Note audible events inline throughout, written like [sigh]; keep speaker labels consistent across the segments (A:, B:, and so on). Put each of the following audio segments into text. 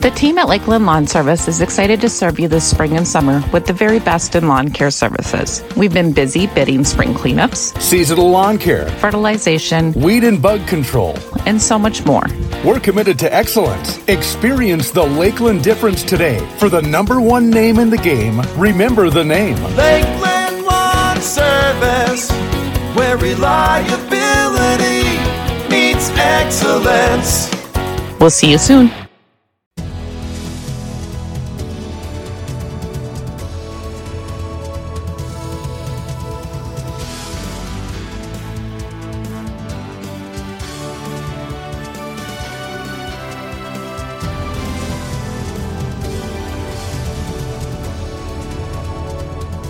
A: The team at Lakeland Lawn Service is excited to serve you this spring and summer with the very best in lawn care services. We've been busy bidding spring cleanups,
B: Seasonal lawn care,
A: fertilization,
B: weed and bug control.
A: and so much more.
B: We're committed to excellence. Experience the Lakeland difference today. For the number one name in the game, remember the name.
C: Lakeland Lawn Service, where reliability meets excellence.
A: We'll see you soon.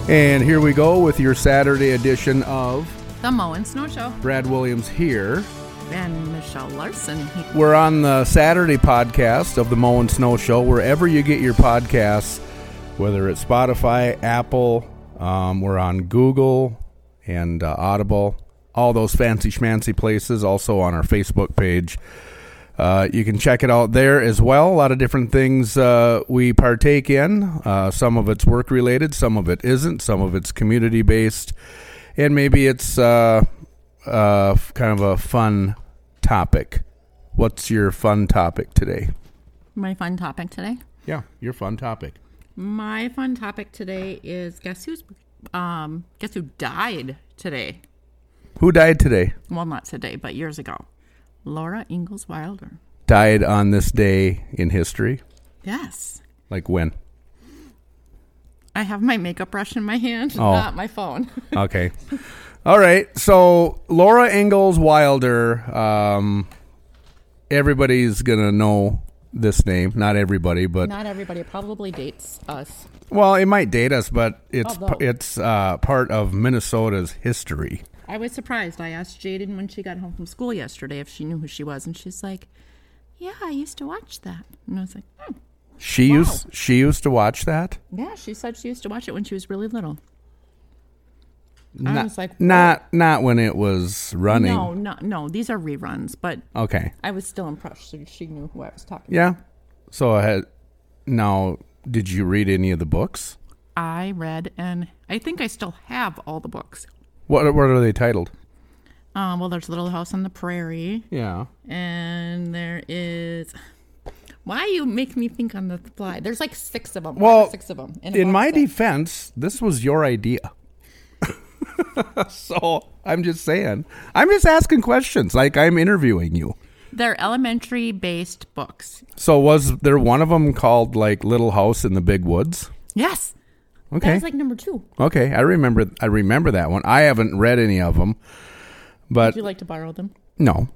D: And here we go with your Saturday edition of
A: The Moen Snow Show
D: Brad Williams here.
A: and Michelle Larson.
D: We're on the Saturday podcast of the Mow and Snow Show, wherever you get your podcasts, whether it's Spotify, Apple, um, we're on Google and uh, Audible, all those fancy schmancy places, also on our Facebook page. Uh, you can check it out there as well. A lot of different things uh, we partake in. Uh, some of it's work related, some of it isn't, some of it's community based, and maybe it's uh, uh, f- kind of a fun topic. What's your fun topic today?
E: My fun topic today.
D: Yeah, your fun topic.
E: My fun topic today is guess who's um guess who died today?
D: Who died today?
E: Well, not today, but years ago. Laura Ingalls Wilder.
D: Died on this day in history.
E: Yes.
D: Like when?
E: I have my makeup brush in my hand,
D: Oh.
E: not my phone. [laughs]
D: Okay. [laughs] All right. So Laura Ingalls Wilder. Um, everybody's gonna know this name. Not everybody, but
E: not everybody It probably dates us.
D: well, it might date us, but it's
E: Although-
D: it's uh, part of Minnesota's history.
E: I was surprised. I asked Jaden when she got home from school yesterday if she knew who she was, and she's like, "Yeah, I used to watch that." And I was like, "Hmm."
D: She used she used to watch that.
E: "Yeah." She said she used to watch it when she was really little.
D: not,
E: was like,
D: not not when it was running.
E: No, no, no. These are reruns, but
D: Okay.
E: I was still impressed. that She knew who I was talking. about.
D: Yeah. So I had, now, did you read any of the books?
E: I read, and I think I still have all the books.
D: What what are they titled?
E: Um, well, there's Little House on the Prairie,
D: Yeah.
E: and there is. Why you make me think on the fly? There's like six of them.
D: Well,
E: six of them.
D: In my defense, this was your idea. [laughs] so I'm just saying. I'm just asking questions, like I'm interviewing you.
E: they're elementary-based books.
D: So was there one of them called like Little House in the Big Woods?
E: Yes, that
D: Okay.
E: was like number two.
D: okay, I remember. I remember that one. I haven't read any of them, but
E: Would you like to borrow them?
D: no,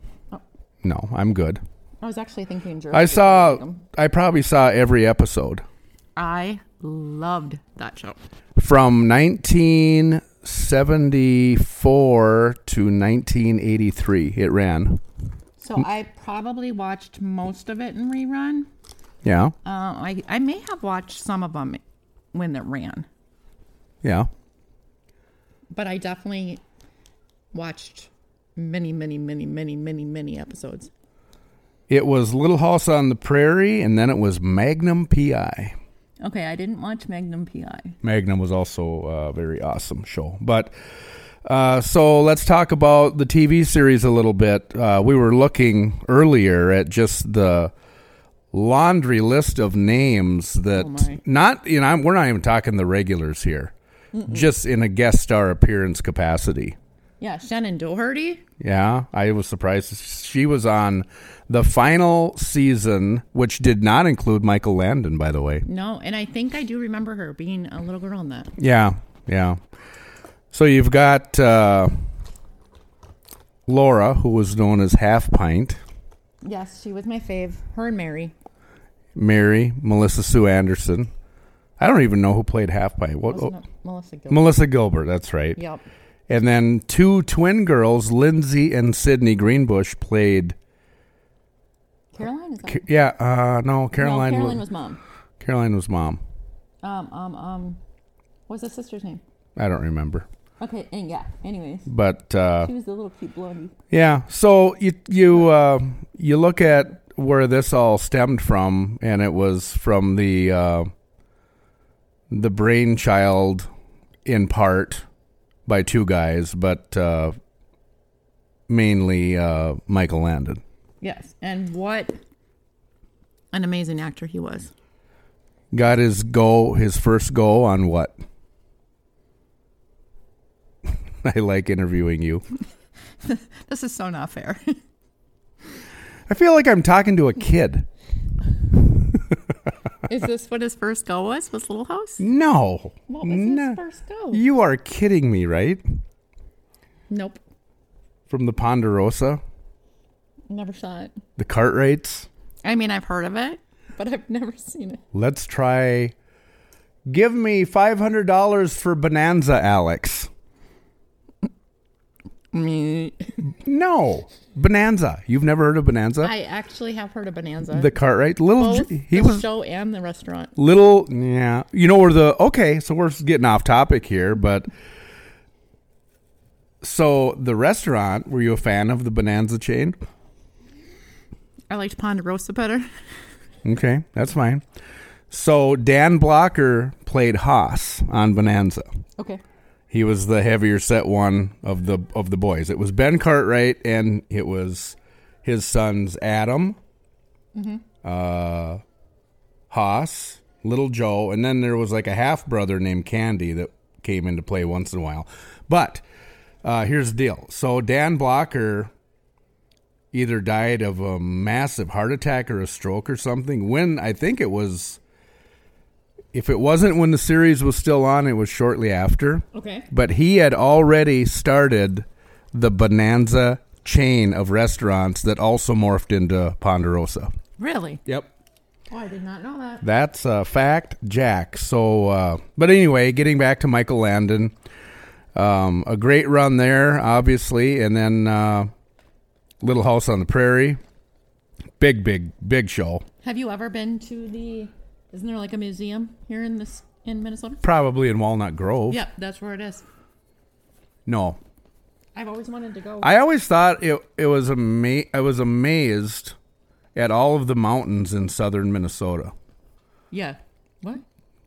D: no, I'm good.
E: I was actually thinking. Jersey
D: I
E: was like
D: saw.
E: them.
D: I probably saw every episode.
E: I loved that show.
D: from 1974 to 1983 it ran
E: So I probably watched most of it in rerun.
D: yeah
E: Uh, I I may have watched some of them when it ran,
D: yeah
E: but I definitely watched many, many, many, many, many, many episodes.
D: it was little house on the prairie and then it was magnum pi
E: Okay, I didn't watch Magnum PI.
D: magnum was also a very awesome show but uh, so let's talk about the tv series a little bit uh, we were looking earlier at just the laundry list of names that not you know I'm, we're not even talking the regulars here just in a guest star appearance capacity
E: Yeah, Shannon Doherty.
D: yeah i was surprised she was on the final season which did not include michael landon by the way
E: No, and I think I do remember her being a little girl in that.
D: yeah yeah so you've got uh, laura who was known as half pint
E: Yes, she was my fave. Her and Mary.
D: mary melissa sue anderson i don't even know who played half pint what
E: Wasn't
D: oh,
E: it Melissa Gilbert?
D: melissa gilbert that's right
E: yep.
D: And then two twin girls, Lindsay and Sydney Greenbush, played.
E: Caroline is that?
D: Ca- Yeah, uh, no, Caroline.
E: no,
D: wa-
E: Caroline was mom.
D: Caroline was mom.
E: Um, um, um, what's the sister's name?
D: I don't remember,
E: Okay, and yeah. Anyways,
D: but uh,
E: she was the little cute blondie.
D: yeah. So um, you you uh, you look at where this all stemmed from, and it was from the uh, the brainchild, in part, by two guys, but uh, mainly uh, Michael Landon.
E: Yes. And what an amazing actor he was.
D: Got his go, his first go on what? [laughs] I like interviewing you.
E: This is so
D: [laughs]
E: not fair.
D: I feel like I'm talking to a kid.
E: is this what his first go was? Was Little House?
D: No.
E: What was his
D: No.
E: first go?
D: You are kidding me, right?
E: Nope.
D: From the Ponderosa,
E: Never saw it.
D: the Cartwrights.
E: I mean, I've heard of it, but I've never seen it.
D: Let's try. Give me $500 for Bonanza, Alex.
E: Me.
D: No. Bonanza. You've never heard of Bonanza?
E: I actually have heard of Bonanza.
D: the Cartwright. Little.
E: Both
D: J- he
E: the
D: was.
E: show and the restaurant.
D: Little, yeah, you know where the okay. So we're getting off topic here, but so the restaurant. Were you a fan of the Bonanza chain?
E: I liked Ponderosa [laughs] better.
D: Okay, that's fine. So Dan Blocker played Haas on Bonanza.
E: Okay.
D: He was the heavier set one of the of the boys. It was Ben Cartwright and it was his sons Adam, uh, Haas, Little Joe, and then there was like a half brother named Candy that came into play once in a while. But uh, here's the deal: so Dan Blocker either died of a massive heart attack or a stroke or something. When I think it was, if it wasn't when the series was still on, it was shortly after.
E: Okay.
D: But he had already started the Bonanza chain of restaurants that also morphed into Ponderosa.
E: Really?
D: Yep.
E: Oh, I did not know that.
D: That's a fact, Jack. So, uh, but anyway, getting back to Michael Landon, um, a great run there, obviously, and then uh, Little House on the Prairie, big, big, big show.
E: Have you ever been to the? Isn't there like a museum here in this in Minnesota?
D: Probably in Walnut Grove.
E: Yep, that's where it is.
D: No,
E: I've always wanted to go.
D: I always thought it. It was ama- I was amazed at all of the mountains in southern Minnesota.
E: yeah. What?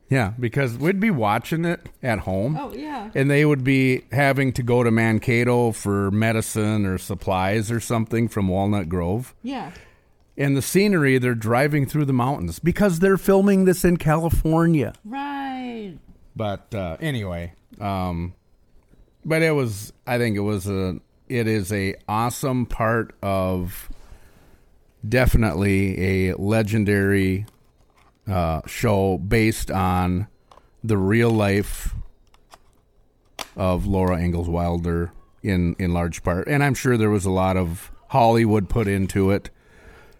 D: Yeah, because we'd be watching it at home.
E: Oh yeah.
D: and they would be having to go to Mankato for medicine or supplies or something from Walnut Grove.
E: Yeah.
D: And the scenery, they're driving through the mountains because they're filming this in California.
E: Right.
D: But uh, anyway, um, but it was, I think it was a, it is a awesome part of definitely a legendary uh, show based on the real life of Laura Ingalls Wilder in in large part, and I'm sure there was a lot of Hollywood put into it.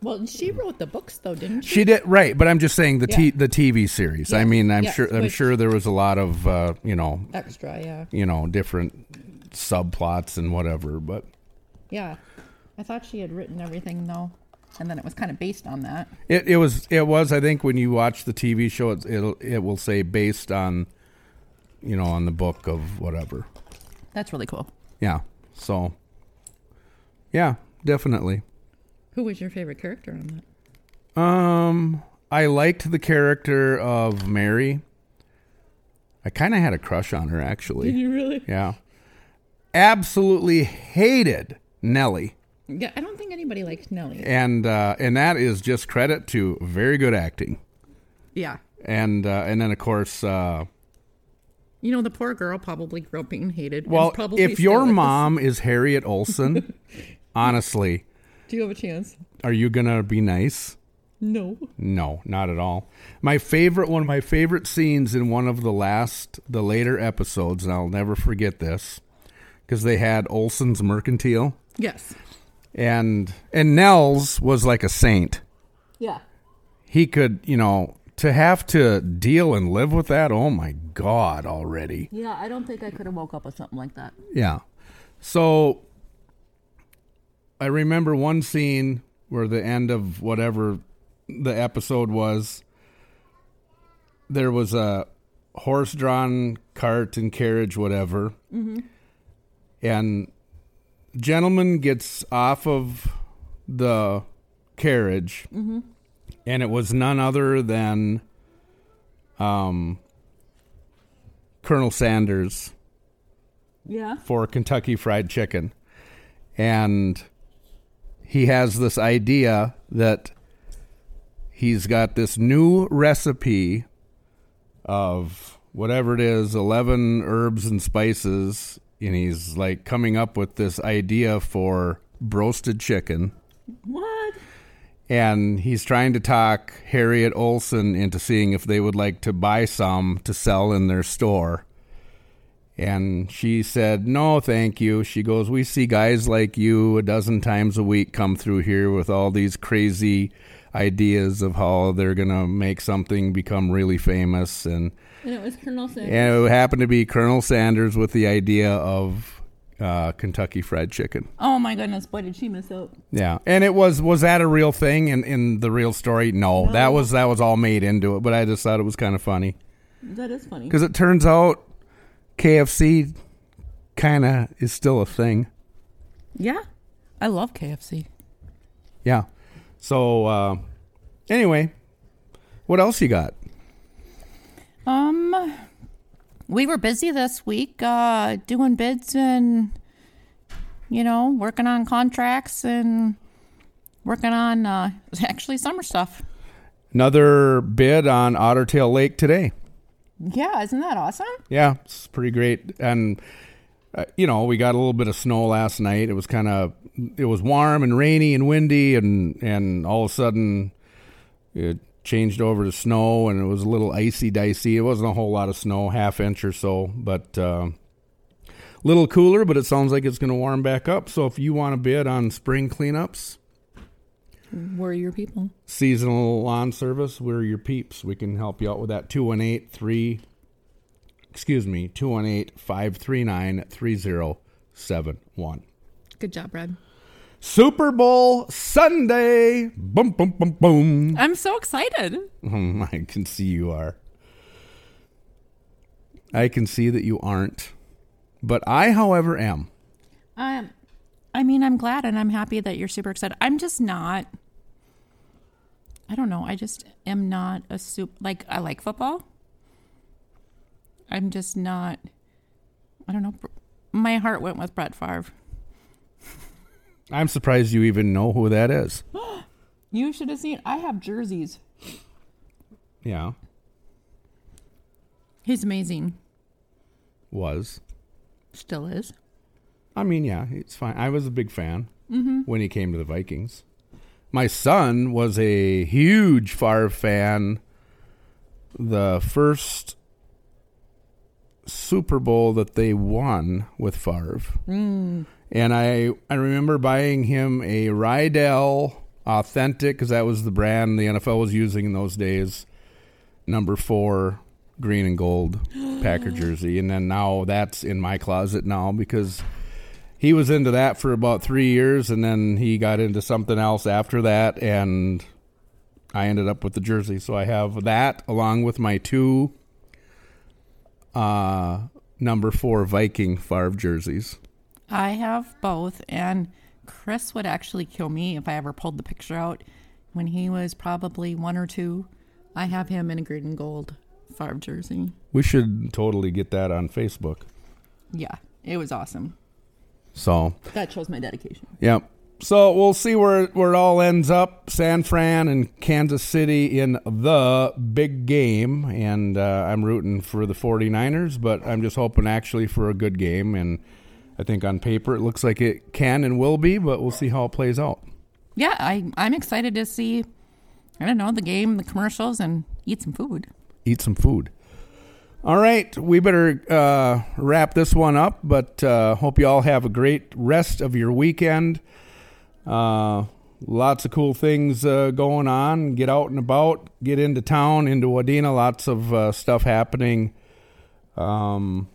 E: Well, and she wrote the books though, didn't she?
D: She did right, but I'm just saying the t-
E: Yeah.
D: the TV series. I
E: Yeah,
D: mean, I'm
E: yeah,
D: sure I'm
E: which-
D: sure there was a lot of uh, you know
E: Extra, yeah.
D: you know different subplots and whatever, but
E: Yeah. I thought she had written everything though, and then it was kind of based on that.
D: It, it was it was I think when you watch the TV show it it'll, it will say based on you know on the book of whatever.
E: That's really cool.
D: Yeah. So yeah, definitely.
E: Who was your favorite character on that?
D: Um I liked the character of Mary. I kind of had a crush on her actually.
E: [laughs] You really?
D: Yeah. Absolutely hated Nellie.
E: Yeah, I don't think anybody liked Nellie.
D: And uh, and that is just credit to very good acting.
E: Yeah.
D: And uh, and then of course uh,
E: You know, the poor girl probably grew up being hated. and
D: Well,
E: probably
D: if
E: still
D: your
E: is.
D: mom is Harriet
E: [laughs]
D: Olson, honestly,
E: Do you have a chance?
D: are you gonna be nice?
E: No.
D: No, not at all. My favorite one of my favorite scenes in one of the last the later episodes, and I'll never forget this, because they had Olson's mercantile
E: Yes.
D: and and Nell's was like a saint.
E: Yeah.
D: He could, you know, to have to deal and live with that, oh my god, already.
E: Yeah, I don't think I could have woke up with something like that.
D: Yeah. So I remember one scene where the end of whatever the episode was there was a horse drawn cart and carriage whatever.
E: Mm-hmm.
D: And gentleman gets off of the carriage, and it was none other than um, Colonel Sanders
E: Yeah.
D: for Kentucky Fried Chicken. And he has this idea that he's got this new recipe of whatever it is 11 herbs and spices. And he's like coming up with this idea for broasted chicken.
E: What?
D: And he's trying to talk Harriet Olson into seeing if they would like to buy some to sell in their store. And she said, No, thank you. She goes, We see guys like you a dozen times a week come through here with all these crazy ideas of how they're going to make something become really famous. And,
F: And it was Colonel Sanders.
D: and it happened to be Colonel Sanders with the idea of uh, Kentucky Fried Chicken.
E: Oh my goodness, boy did she miss out.
D: Yeah, and it was was that a real thing in in the real story? No, that was that was all made into it. But I just thought it was kind of funny
E: That is funny.
D: because it turns out KFC kind of is still a thing.
E: Yeah. I love KFC.
D: Yeah. So uh, anyway, what else you got?
E: Um we were busy this week, uh doing bids and you know, working on contracts and working on uh [laughs] actually summer stuff.
D: Another bid on Otter Tail Lake today.
E: Yeah, isn't that awesome?
D: Yeah, it's pretty great. And uh, you know, we got a little bit of snow last night. It was kind of it was warm and rainy and windy, and and all of a sudden it changed over to snow, and it was a little icy dicey. It wasn't a whole lot of snow, half inch or so, but. Uh, Little cooler, but it sounds like it's going to warm back up. So if you want to bid on spring cleanups,
E: Were your people?
D: seasonal lawn service, we're your peeps. We can help you out with that. 218 3 excuse me, 218 539 3071.
F: Good job, Brad.
D: Super Bowl Sunday. Boom, boom, boom, boom. [laughs]
E: I'm so excited.
D: Mm, I can see you are. I can see that you aren't. But I, however, am.
E: Um, I mean, I'm glad and I'm happy that you're super excited. I'm just not. I don't know. I just am not a soup. Like I like football. I'm just not. I don't know. My heart went with Brett Favre.
D: I'm surprised you even know who that is.
E: [gasps] You should have seen. I have jerseys.
D: Yeah,
E: He's amazing.
D: was.
E: Still is.
D: I mean, yeah, it's fine. I was a big fan when he came to the Vikings. My son was a huge Favre fan. The first Super Bowl that they won with Favre, and I I remember buying him a Rydell Authentic because that was the brand the NFL was using in those days. Number four, green and gold Packer jersey, and then now that's in my closet now because he was into that for about three years and then he got into something else after that and i ended up with the jersey so i have that along with my two uh number four viking Favre jerseys
E: I have both, and Chris would actually kill me if I ever pulled the picture out. When he was probably one or two, I have him in a green and gold Favre jersey.
D: we should totally get that on facebook
E: Yeah, it was awesome.
D: so
E: That shows my dedication.
D: Yep. So we'll see where, where it all ends up. San Fran and Kansas City in the big game. And uh, I'm rooting for the 49ers, but I'm just hoping actually for a good game. And I think on paper it looks like it can and will be, but we'll see how it plays out.
E: Yeah, I, I'm excited to see, I don't know, the game, the commercials, and eat some food.
D: Eat some food. All right. We better uh, wrap this one up, but uh, hope you all have a great rest of your weekend. Uh, lots of cool things uh, going on. Get out and about. Get into town, into Wadena. Lots of uh, stuff happening. Um,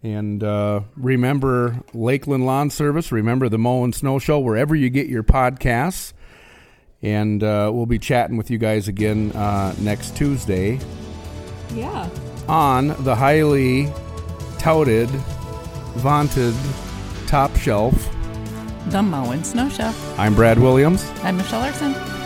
D: and uh, remember Lakeland Lawn Service. Remember the Mow and Snow Show wherever you get your podcasts. And uh, we'll be chatting with you guys again uh, next Tuesday
F: Yeah.
D: on the highly touted, vaunted top shelf.
E: The Mow and Snow Show.
D: I'm Brad Williams.
E: I'm Michelle Larson.